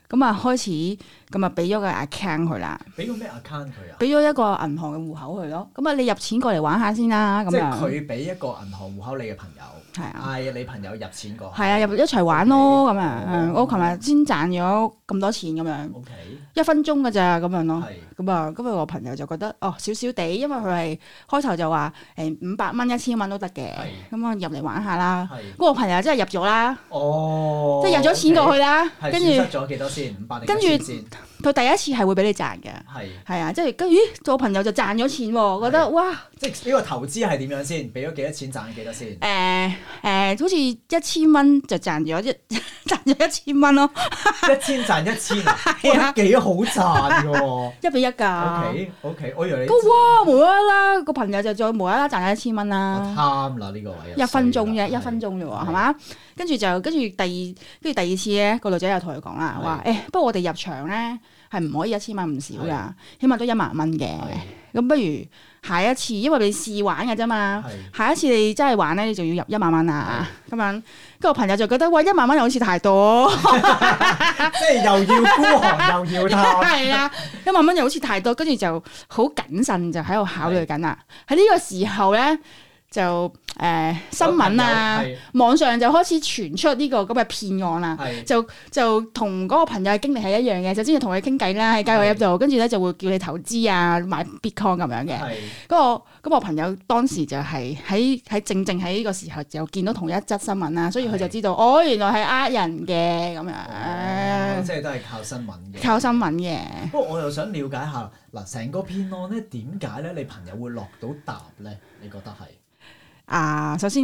Speaker 2: 咁啊開始咁啊俾咗個 account 佢啦，
Speaker 1: 俾個咩 account 佢啊？
Speaker 2: 俾咗一個銀行嘅户口佢咯。咁啊你入錢過嚟玩下先啦，咁
Speaker 1: 即係
Speaker 2: 樣
Speaker 1: 佢俾一個銀行户口你嘅朋友，
Speaker 2: 係啊。
Speaker 1: 嗌你朋友入錢過去。
Speaker 2: 係啊，入一齊玩咯，咁
Speaker 1: 哦
Speaker 2: 樣。嗯我琴日先賺咗咁多錢，咁樣
Speaker 1: O K，
Speaker 2: 一分鐘㗎咋，咁樣咯。
Speaker 1: 係
Speaker 2: 咁啊，今日我朋友就覺得哦少少地，因為佢係開頭就話誒五百蚊一千蚊都得嘅
Speaker 1: 係，
Speaker 2: 咁啊入嚟玩下啦。
Speaker 1: 係
Speaker 2: 不過我朋友真係入咗啦，
Speaker 1: 哦，
Speaker 2: 即係入咗錢過去啦，
Speaker 1: 係。
Speaker 2: 跟住
Speaker 1: 損失咗幾多先？五百零
Speaker 2: 跟住
Speaker 1: 一千先。
Speaker 2: 佢第一次係會俾你賺嘅。
Speaker 1: 係，
Speaker 2: 係啊，即係跟住，咦，我朋友就賺咗錢喎，覺得哇，誒
Speaker 1: 即係呢個投資係點樣先？俾咗幾多錢賺咗幾多先
Speaker 2: 誒、？好似一千蚊就賺咗一 賺咗一千蚊咯，
Speaker 1: 一千賺一千啊，
Speaker 2: 係啊
Speaker 1: 哇幾好賺嘅喎。
Speaker 2: 一比一㗎。
Speaker 1: O K O K，我以為你
Speaker 2: 咁哇，無啦啦個朋友就再無啦啦賺咗一千蚊
Speaker 1: 我
Speaker 2: 啦，
Speaker 1: 貪啦呢個位，啊
Speaker 2: 一分鐘啫，
Speaker 1: 嘅
Speaker 2: 一分鐘啫喎，
Speaker 1: 係
Speaker 2: 係嘛？跟住就跟住第二跟住第二次咧，個女仔又同佢講啦，
Speaker 1: 係
Speaker 2: 話誒、不過我哋入場咧係唔可以一千蚊唔少㗎，起碼都一萬蚊嘅。
Speaker 1: 係
Speaker 2: 咁不如下一次，因為你試玩嘅啫嘛。
Speaker 1: 係
Speaker 2: 下一次你真係玩咧，你就要入一萬蚊啊！咁樣，跟住我朋友就覺得，哇，一萬蚊又好似太多，
Speaker 1: 即係又要孤寒又要 貪，
Speaker 2: 係啊，一萬蚊又好似太多，跟住就好謹慎，就喺度考慮緊啦。喺呢個時候咧，就誒、呃 新聞啊，
Speaker 1: 係
Speaker 2: 網上就開始傳出呢個咁嘅騙案啦。
Speaker 1: 係
Speaker 2: 就就同嗰個朋友嘅經歷係一樣嘅，首先就同佢傾偈啦，喺交友 app 度，跟住咧就會叫你投資啊，買 bitcoin 咁樣嘅。
Speaker 1: 係
Speaker 2: 咁我咁我朋友當時就係喺喺正正喺呢個時候就見到同一則新聞啦，所以佢就知道哦，原來係呃人嘅咁
Speaker 1: 哦
Speaker 2: 樣，
Speaker 1: 即係都係靠新聞嘅。
Speaker 2: 靠新聞嘅。
Speaker 1: 不過我又想了解下嗱，成個騙案咧點解咧你朋友會落到答咧？你覺得係
Speaker 2: 啊，首先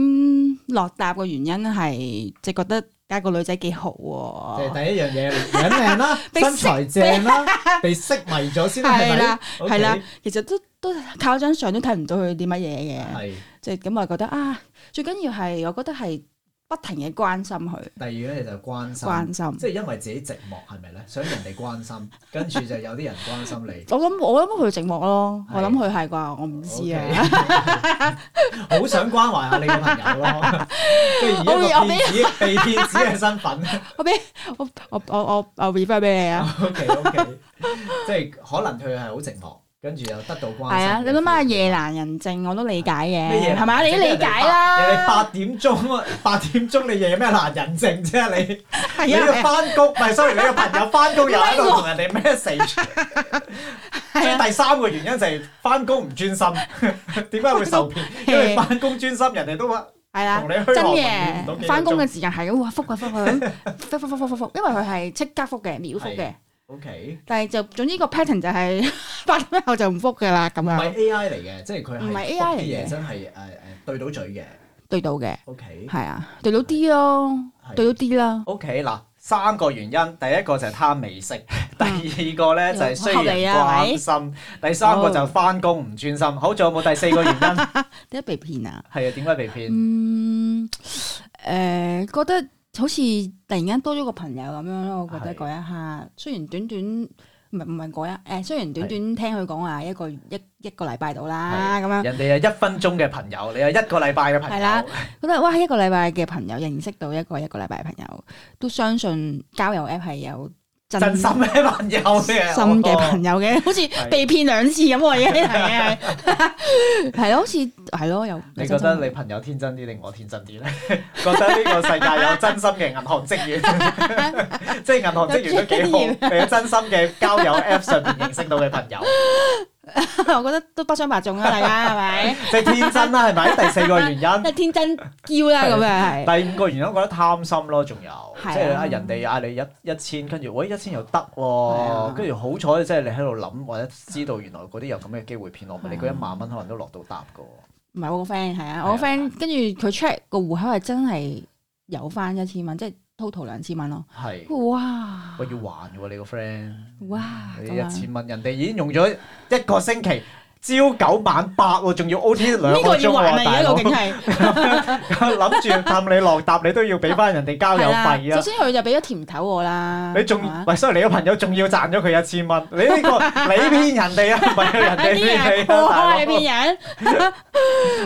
Speaker 2: 落答嘅原因係即係覺得啊個女仔幾好
Speaker 1: 即係
Speaker 2: 喎，
Speaker 1: 第一樣嘢 樣靚啦，
Speaker 2: 哦被
Speaker 1: 身材正 啦，被色迷咗先啦係
Speaker 2: 係
Speaker 1: 咪
Speaker 2: 啦？
Speaker 1: OK，
Speaker 2: 係啦，其實都都靠張相都睇唔到佢啲乜嘢嘅，
Speaker 1: 係
Speaker 2: 即係咁啊覺得啊，最緊要係我覺得係不停嘅關心佢，
Speaker 1: 第二樣嘢就係關心。
Speaker 2: 關心。
Speaker 1: 即係因為自己寂寞係咪咧？想人哋關心，跟住就有啲人關心你。
Speaker 2: 我諗我諗佢寂寞咯，
Speaker 1: 係
Speaker 2: 我諗佢係啩，我唔知啊。
Speaker 1: OK，好 想關懷下你嘅朋友咯，即係以一個
Speaker 2: 我俾
Speaker 1: 騙子、被騙子嘅身份。
Speaker 2: 我俾我我我我我 refer 俾你啊，
Speaker 1: O K O K，即係可能佢係好寂寞，跟住又得到關心。
Speaker 2: 係啊，你諗下夜闌人靜，我都理解
Speaker 1: 咩啊夜
Speaker 2: 嘅，
Speaker 1: 難
Speaker 2: 係咪？你都理解
Speaker 1: 人哋
Speaker 2: 啦，
Speaker 1: 八點鐘啊， 八點鐘你夜咩難人靜啫？你你
Speaker 2: 係
Speaker 1: 要
Speaker 2: 啊，
Speaker 1: 翻工，唔係 sorry，你個朋友翻工又喺度同人哋 message。即
Speaker 2: 係啊
Speaker 1: 係第三個原因就係翻工唔專心， 點解會受 騙？因為翻工專心，人哋都話
Speaker 2: 係
Speaker 1: 同
Speaker 2: 啦
Speaker 1: 你，虛
Speaker 2: 啊 真
Speaker 1: 寒唔到幾個
Speaker 2: 嘅，翻工嘅時間係咁，哇，覆啊覆啊，覆覆覆覆覆覆，因為佢係即刻覆嘅，秒覆嘅，
Speaker 1: O K。
Speaker 2: 但係就總之個 pattern 就係 八點後就唔覆嘅啦，咁
Speaker 1: 唔
Speaker 2: 樣
Speaker 1: 係 AI 嚟嘅，即係佢
Speaker 2: 啊唔係
Speaker 1: AI
Speaker 2: AI
Speaker 1: 啲
Speaker 2: 嚟
Speaker 1: 嘢
Speaker 2: 嘅
Speaker 1: 真係誒誒對到嘴嘅。
Speaker 2: 對到嘅，
Speaker 1: OK
Speaker 2: 係啊，對到啲咯，
Speaker 1: 係
Speaker 2: 對到啲啦，
Speaker 1: OK 嗱，三個原因，第一個就係貪美 色，第二個咧就係需要
Speaker 2: 啊合理
Speaker 1: 人
Speaker 2: 啊係咪
Speaker 1: 關心，第三個就翻工唔專心。好，仲有冇第四個原因？係 啊，
Speaker 2: 點解被騙啊？
Speaker 1: 點解被騙？
Speaker 2: 嗯，诶、覺得好似突然間多咗個朋友咁樣咯，我覺得
Speaker 1: 係
Speaker 2: 嗰一刻，雖然短短唔係唔係嗰一诶、誒雖然短短聽佢講話一個一一个礼拜到啊啦，咁樣
Speaker 1: 人哋係一分鐘嘅朋友，你係一個禮拜嘅朋
Speaker 2: 係啦
Speaker 1: 友，
Speaker 2: 覺得哇一個禮拜嘅朋友認識到一個一個禮拜嘅朋友，都相信交友 app 係有真
Speaker 1: 真心嘅朋友嘅，
Speaker 2: 心嘅
Speaker 1: 哦啊
Speaker 2: 朋友嘅，好似被騙兩次咁喎，已經係係係咯，好似係咯，有
Speaker 1: 你覺得你朋友天真啲定我天真啲咧？ 覺得呢個世界有真心嘅銀行職員， 即係銀行職員都幾好，
Speaker 2: 有
Speaker 1: 你有真心嘅交友 App 上面認識到嘅朋友。
Speaker 2: 誒、 我覺得都不相伯仲啊啦，大家係咪？
Speaker 1: 即係天真啦，係咪？第四個原因
Speaker 2: 即。係天真嬌啦，咁樣 係。
Speaker 1: 第五個原因，我覺得貪心咯，仲有
Speaker 2: 係啊
Speaker 1: 即係啊，人哋嗌你一一千，跟住喂一千又得
Speaker 2: 啊
Speaker 1: 喎，跟住好彩即係你喺度諗，或者知道原來嗰啲有咁嘅機會騙我，你嗰一萬蚊可能都落到搭噶喎。
Speaker 2: 唔係我個 friend 係啊，我個 friend 跟住佢 check 個户口係真係有翻一千蚊，即係 total 兩千蚊咯。
Speaker 1: 係，
Speaker 2: 哇！
Speaker 1: 喂要還嘅喎，你個 friend
Speaker 2: 哇！
Speaker 1: 你
Speaker 2: 咁樣
Speaker 1: 一千蚊，人哋已經用咗一個星期，朝九晚八喎，仲要 O T 兩
Speaker 2: 呢
Speaker 1: 個
Speaker 2: 個
Speaker 1: 鐘
Speaker 2: 要還
Speaker 1: 喎，
Speaker 2: 啊！
Speaker 1: 大
Speaker 2: 而家
Speaker 1: 佬
Speaker 2: 個境係
Speaker 1: 諗住氹你落搭，你都要俾翻人哋交友
Speaker 2: 係啦。
Speaker 1: 費
Speaker 2: 首
Speaker 1: 啊！
Speaker 2: 先佢就俾咗甜頭我啦，
Speaker 1: 你仲
Speaker 2: 係嘛
Speaker 1: 喂，雖然你個朋友仲要賺咗佢一千蚊，你呢 個你騙人哋啊，唔係人哋
Speaker 2: 係
Speaker 1: 騙
Speaker 2: 哎邊人
Speaker 1: 你啊，大
Speaker 2: 哇！你
Speaker 1: 佬
Speaker 2: 邊人？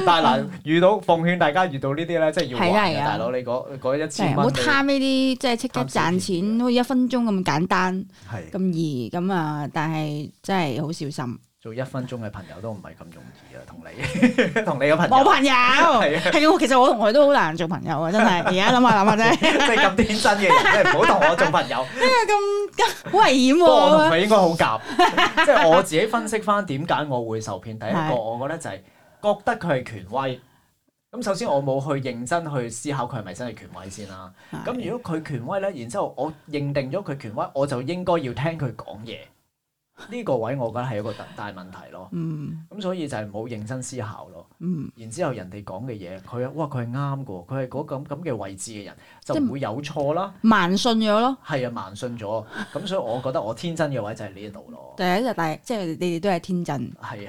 Speaker 1: 但係嗱，遇到奉勸大家遇到呢啲咧，即係要還
Speaker 2: 係啊
Speaker 1: 嘅
Speaker 2: 係啊
Speaker 1: 大佬，你嗰嗰一
Speaker 2: 係
Speaker 1: 千
Speaker 2: 唔好
Speaker 1: 蚊，
Speaker 2: 貪呢啲，即係即刻
Speaker 1: 貪小便
Speaker 2: 賺錢，好似一分鐘咁簡單
Speaker 1: 係
Speaker 2: 咁易咁啊！但係真係好小心。
Speaker 1: 做一分鐘嘅朋友都唔係咁容易啊，同你 同你個朋
Speaker 2: 冇
Speaker 1: 友啊
Speaker 2: 朋 友係啊我其實我同佢都好難做朋友啊！真係而家諗下諗下啫，哎
Speaker 1: 即係咁天真嘅人，真係唔好同我做朋友。
Speaker 2: 咁好危險
Speaker 1: 不過我同
Speaker 2: 喎。
Speaker 1: 佢應該好 夾，即係我自己分析翻點解我會受騙。第一
Speaker 2: 係
Speaker 1: 個我覺得就係覺得佢係權威。咁首先我冇去認真去思考佢係咪真係權威先啦。咁如果佢權威咧，然之後我認定咗佢權威，我就應該要聽佢講嘢。呢個位我覺得係一個特大問題咯。
Speaker 2: 嗯
Speaker 1: 咁所以就係冇認真思考咯。
Speaker 2: 嗯，
Speaker 1: 然之後人哋講嘅嘢，佢哇佢係啱嘅喎，佢係嗰咁咁嘅位置嘅人，就
Speaker 2: 即係
Speaker 1: 唔會有錯啦。
Speaker 2: 盲信咗咯。
Speaker 1: 係啊，盲信咗。咁所以我覺得我天真嘅位就係呢一度咯。
Speaker 2: 第一就但係即係你哋都係天真，
Speaker 1: 係啊，係
Speaker 2: 即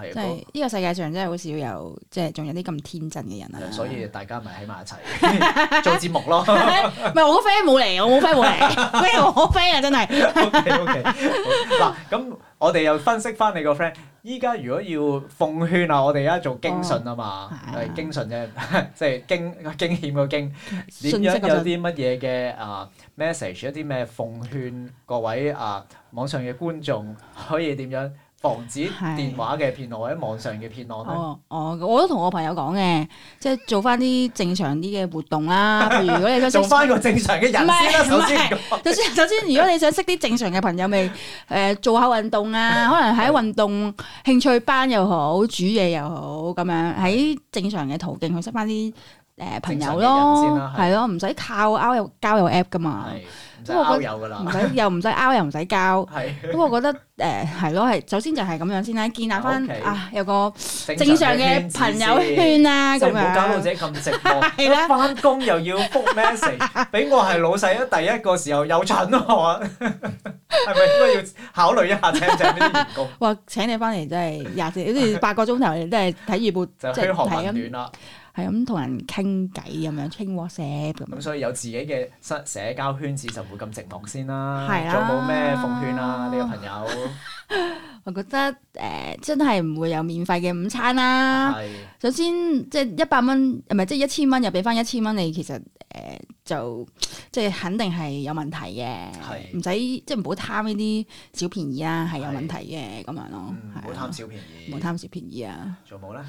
Speaker 2: 係
Speaker 1: 啊
Speaker 2: 呢個世界上真係好少有即係仲有啲咁天真嘅人
Speaker 1: 嗰，
Speaker 2: 啊。
Speaker 1: 所以大家咪喺埋一齊 做節目咯。
Speaker 2: 唔係我個 friend 冇嚟，我冇 friend 冇嚟，咩我個 friend 啊真係
Speaker 1: OK OK，嗱咁我哋又分析翻你個 friend。依家如果要奉勸啊，我哋而家做經訊啊嘛，
Speaker 2: 哦
Speaker 1: 係經訊啫， 即係經驚險個經。點
Speaker 2: 信息
Speaker 1: 樣
Speaker 2: 咁
Speaker 1: 有
Speaker 2: 就
Speaker 1: 啲乜嘢嘅啊 message，一啲咩奉勸各位啊網上嘅觀眾可以點樣防止
Speaker 2: 係
Speaker 1: 電話嘅騙案或者網上嘅騙案咧？
Speaker 2: 哦哦，我都同我朋友講嘅，即係做翻啲正常啲嘅活動啦。譬如如果你想識
Speaker 1: 做翻個正常嘅人先
Speaker 2: 唔係
Speaker 1: 啦，首先
Speaker 2: 唔 首先，首先，如果你想識啲正常嘅朋友，咪誒、做下運動啊，可能喺運動興趣班又好，煮嘢又好，咁樣喺正常嘅途徑去識翻啲誒朋
Speaker 1: 正常嘅
Speaker 2: 友
Speaker 1: 人先
Speaker 2: 咯
Speaker 1: 啦，係
Speaker 2: 係咯，唔使靠交友交友 app 噶嘛，
Speaker 1: 係唔使拗友噶啦
Speaker 2: 唔，使又唔使 out 又唔使交。
Speaker 1: 係
Speaker 2: 咁我覺得誒係咯，係首先就係咁樣先啦，建立翻
Speaker 1: OK
Speaker 2: 啊有個正
Speaker 1: 正
Speaker 2: 常
Speaker 1: 圈
Speaker 2: 嘅
Speaker 1: 子
Speaker 2: 朋友
Speaker 1: 先
Speaker 2: 圈啊，
Speaker 1: 即係
Speaker 2: 咁
Speaker 1: 唔好搞到
Speaker 2: 樣
Speaker 1: 自己咁寂寞，
Speaker 2: 係啦
Speaker 1: 一翻工又要覆 message，俾 我係老細啊！第一個時候又蠢喎， 係咪應該要考慮一下請唔請呢啲員 工？
Speaker 2: 哇！請你翻嚟真 係廿四，好似八個鐘頭，你都係睇預報，
Speaker 1: 就
Speaker 2: 即
Speaker 1: 虛
Speaker 2: 係
Speaker 1: 寒
Speaker 2: 睇
Speaker 1: 問
Speaker 2: 咁
Speaker 1: 暖啦。
Speaker 2: 係咁同人傾偈 咁樣，傾 WhatsApp 咁
Speaker 1: 咁
Speaker 2: 樣。
Speaker 1: 所以有自己嘅社社交圈子就唔會咁寂寞先啦。
Speaker 2: 係啦
Speaker 1: 仲有冇咩奉勸啊？呢個朋友
Speaker 2: 我覺得誒、呃真係唔會有免費嘅午餐啦。
Speaker 1: 係
Speaker 2: 首先即係一百蚊，唔係即係一千蚊，又俾翻一千蚊你，其實誒、呃就即係肯定係有問題嘅。
Speaker 1: 係
Speaker 2: 唔使即係唔好貪呢啲小便宜啊啦，係有
Speaker 1: 係
Speaker 2: 問題嘅咁樣咯。
Speaker 1: 嗯唔
Speaker 2: 係
Speaker 1: 好
Speaker 2: 啊
Speaker 1: 貪小便
Speaker 2: 唔好
Speaker 1: 宜。
Speaker 2: 貪小便宜啊！
Speaker 1: 仲有冇咧？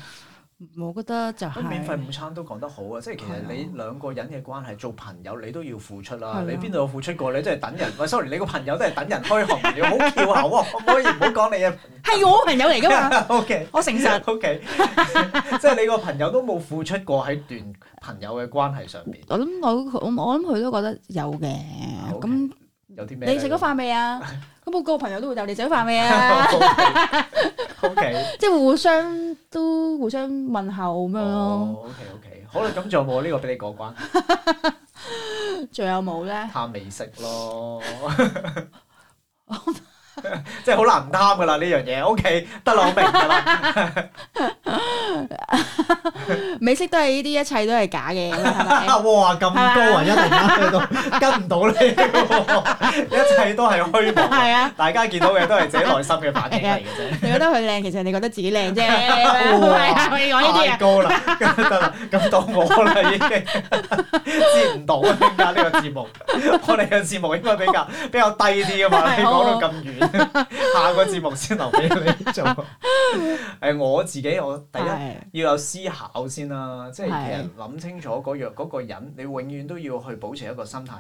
Speaker 2: 我覺得就
Speaker 1: 咁
Speaker 2: 係、
Speaker 1: 免費午餐都講得好啊！即係其實
Speaker 2: 係啊
Speaker 1: 你兩個人嘅關係，做朋友你都要付出
Speaker 2: 係
Speaker 1: 啦
Speaker 2: 啊。
Speaker 1: 你邊度有付出過？你都係等人。喂，sorry，你個朋友都係等人開行，你好翹口 啊！可唔可以唔好講你嘅
Speaker 2: 係我朋友嚟噶 嘛，
Speaker 1: O K，
Speaker 2: 我誠 實。
Speaker 1: O K，即係你個朋友都冇付出過喺段朋友嘅關係上邊，
Speaker 2: 我諗我我我諗佢都覺得有嘅，咁
Speaker 1: OK，有啲咩呢？
Speaker 2: 嗯你食咗飯 未啊？咁我個朋友都會答你食咗飯未啊？
Speaker 1: ？O K，
Speaker 2: 即係互相都互相問候咁樣咯。
Speaker 1: O K O K，好啦，哦咁仲有冇呢個俾你過關？
Speaker 2: 仲有冇咧？
Speaker 1: 貪美食 咯， 即係好難唔貪噶啦呢樣嘢。O K，得啦，我明噶啦，
Speaker 2: 美式都係呢啲，一切都係假 嘅，係咪？
Speaker 1: 啊哇咁高啊，一定啦，去到跟唔到你喎， 一切都係虛無。
Speaker 2: 係啊，
Speaker 1: 大家見到嘅都係自己內心嘅反應嚟嘅啫。
Speaker 2: 你覺得佢靚，其實你覺得自己 靚啫。
Speaker 1: 哇
Speaker 2: 係啊，你講呢啲
Speaker 1: 太
Speaker 2: 啊，
Speaker 1: 高啦，得啦， 咁到我啦已經， 接唔到啊！點解呢個節目？ 我哋嘅節目應該比較比較低啲噶嘛，你講到咁遠， 下個節目先留俾你 做。誒，我自己我第一
Speaker 2: 係
Speaker 1: 要有思考先啦，即係其
Speaker 2: 係
Speaker 1: 實諗清楚嗰樣嗰個人，你永遠都要去保持一個心態。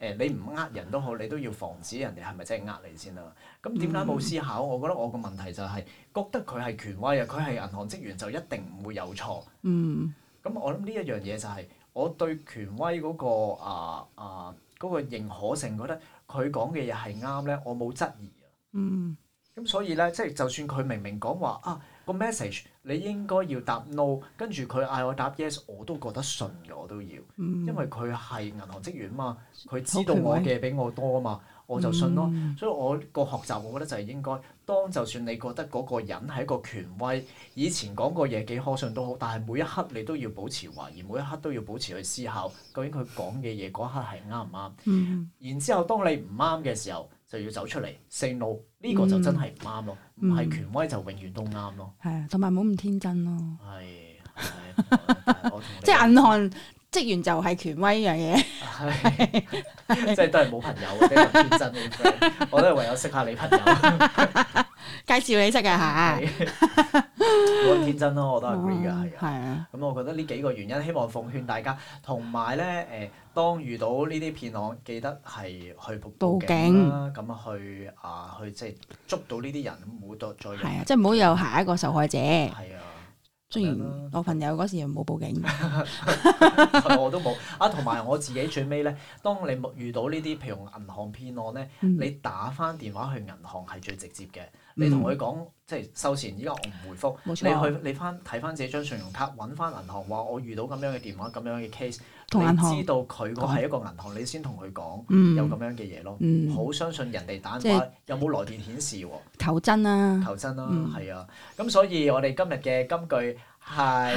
Speaker 1: 誒、誒你唔呃人都好，你都要防止人哋係咪真係呃你先啦。咁點解冇思考？我覺得我個問題就係、覺得佢係權威啊，佢係銀行職員就一定唔會有錯。
Speaker 2: 嗯
Speaker 1: 咁我諗呢一樣嘢就係我對權威嗰、個啊啊嗰、個認可性，覺得佢講嘅嘢係啱咧，我冇質疑啊。
Speaker 2: 嗯
Speaker 1: 咁所以咧，即係就算佢明明講話啊個 message 你應該要答 no，跟住佢嗌我答 yes，我都覺得信嘅，我都要，因
Speaker 2: 嗯，
Speaker 1: 為佢係銀行職員啊嘛，佢知道我嘅比我多啊嘛，我就信咯。
Speaker 2: 嗯
Speaker 1: 所以我個學習，我覺得就係應該，當就算你覺得嗰個人係一個權威，以前講過嘢幾可信都好，但係每一刻你都要保持懷疑，每一刻都要保持去思考，究竟佢講嘅嘢嗰一刻係啱唔啱。
Speaker 2: 嗯
Speaker 1: 然之後，當你唔啱嘅時候，就要走出嚟 say no，呢個就真係唔啱咯，唔
Speaker 2: 嗯
Speaker 1: 係權威就永遠都啱 咯。
Speaker 2: 係啊，同埋冇咁天真咯。
Speaker 1: 係，係我同你
Speaker 2: 即係銀行職員就係權威呢樣嘢。
Speaker 1: 係，即係都係冇朋友嘅，即係咁天真嘅 friend，我都係唯有識下你朋友。
Speaker 2: 介紹你識嘅吓，
Speaker 1: 冇咁天真咯，我都 agree 㗎，係
Speaker 2: 哦
Speaker 1: 啊。
Speaker 2: 係啊，
Speaker 1: 咁我覺得呢幾個原因，希望奉勸大家，同埋咧誒，當遇到呢啲騙案，記得係去報
Speaker 2: 報
Speaker 1: 警啦，咁去啊去即係捉到呢啲人，唔好再再
Speaker 2: 係啊，即係唔好有下一個受害者。
Speaker 1: 係啊。
Speaker 2: 雖然我朋友嗰時冇報警，
Speaker 1: 我都冇啊，同埋我自己最尾咧，當你遇到呢啲譬如銀行騙案咧，
Speaker 2: 嗯
Speaker 1: 你打翻電話去銀行係最直接嘅。你同佢講即係收錢，依家我唔回覆。
Speaker 2: 冇錯
Speaker 1: 你去你翻睇翻自己張信用卡，揾翻銀行話我遇到咁樣嘅電話，咁樣嘅 case，
Speaker 2: 同銀
Speaker 1: 你
Speaker 2: 行
Speaker 1: 知道佢個係一個銀行，你先同佢講有咁
Speaker 2: 嗯
Speaker 1: 樣嘅嘢咯。
Speaker 2: 嗯
Speaker 1: 好相信人哋打
Speaker 2: 即
Speaker 1: 電話
Speaker 2: 係
Speaker 1: 有冇來電顯示喎？
Speaker 2: 求真啊，
Speaker 1: 求真啦
Speaker 2: 嗯，
Speaker 1: 係啊。咁所以我哋今日嘅金句係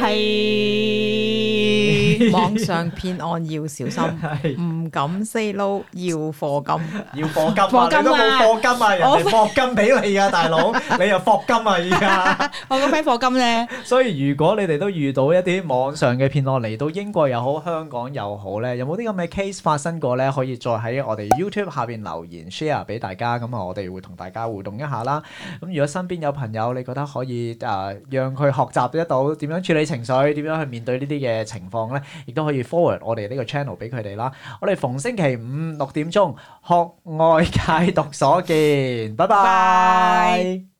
Speaker 2: 係
Speaker 3: 網上騙案要小心，
Speaker 1: 係。
Speaker 3: 唔敢 say no，要課金。
Speaker 1: 要課金啊！
Speaker 2: 課金啊
Speaker 1: 你都冇課金啊！人哋課金俾你啊，大佬，你又課金啊！依家，
Speaker 2: 我個 friend 課金咧，
Speaker 1: 所以如果你哋都遇到一啲網上嘅騙案嚟到英國又好，香港又好咧，有冇啲咁嘅 case 發生過咧？可以再喺我哋 YouTube 下邊留言 share 俾大家，咁啊，我哋會同大家互動一下啦。咁如果身邊有朋友，你覺得可以誒、呃、讓佢學習得到點樣處理情緒，點樣去面對呢啲嘅情況咧，亦都可以 forward 我哋呢個 channel 俾佢哋啦。我哋逢星期五六點鐘學外界讀所見，拜拜。
Speaker 2: 拜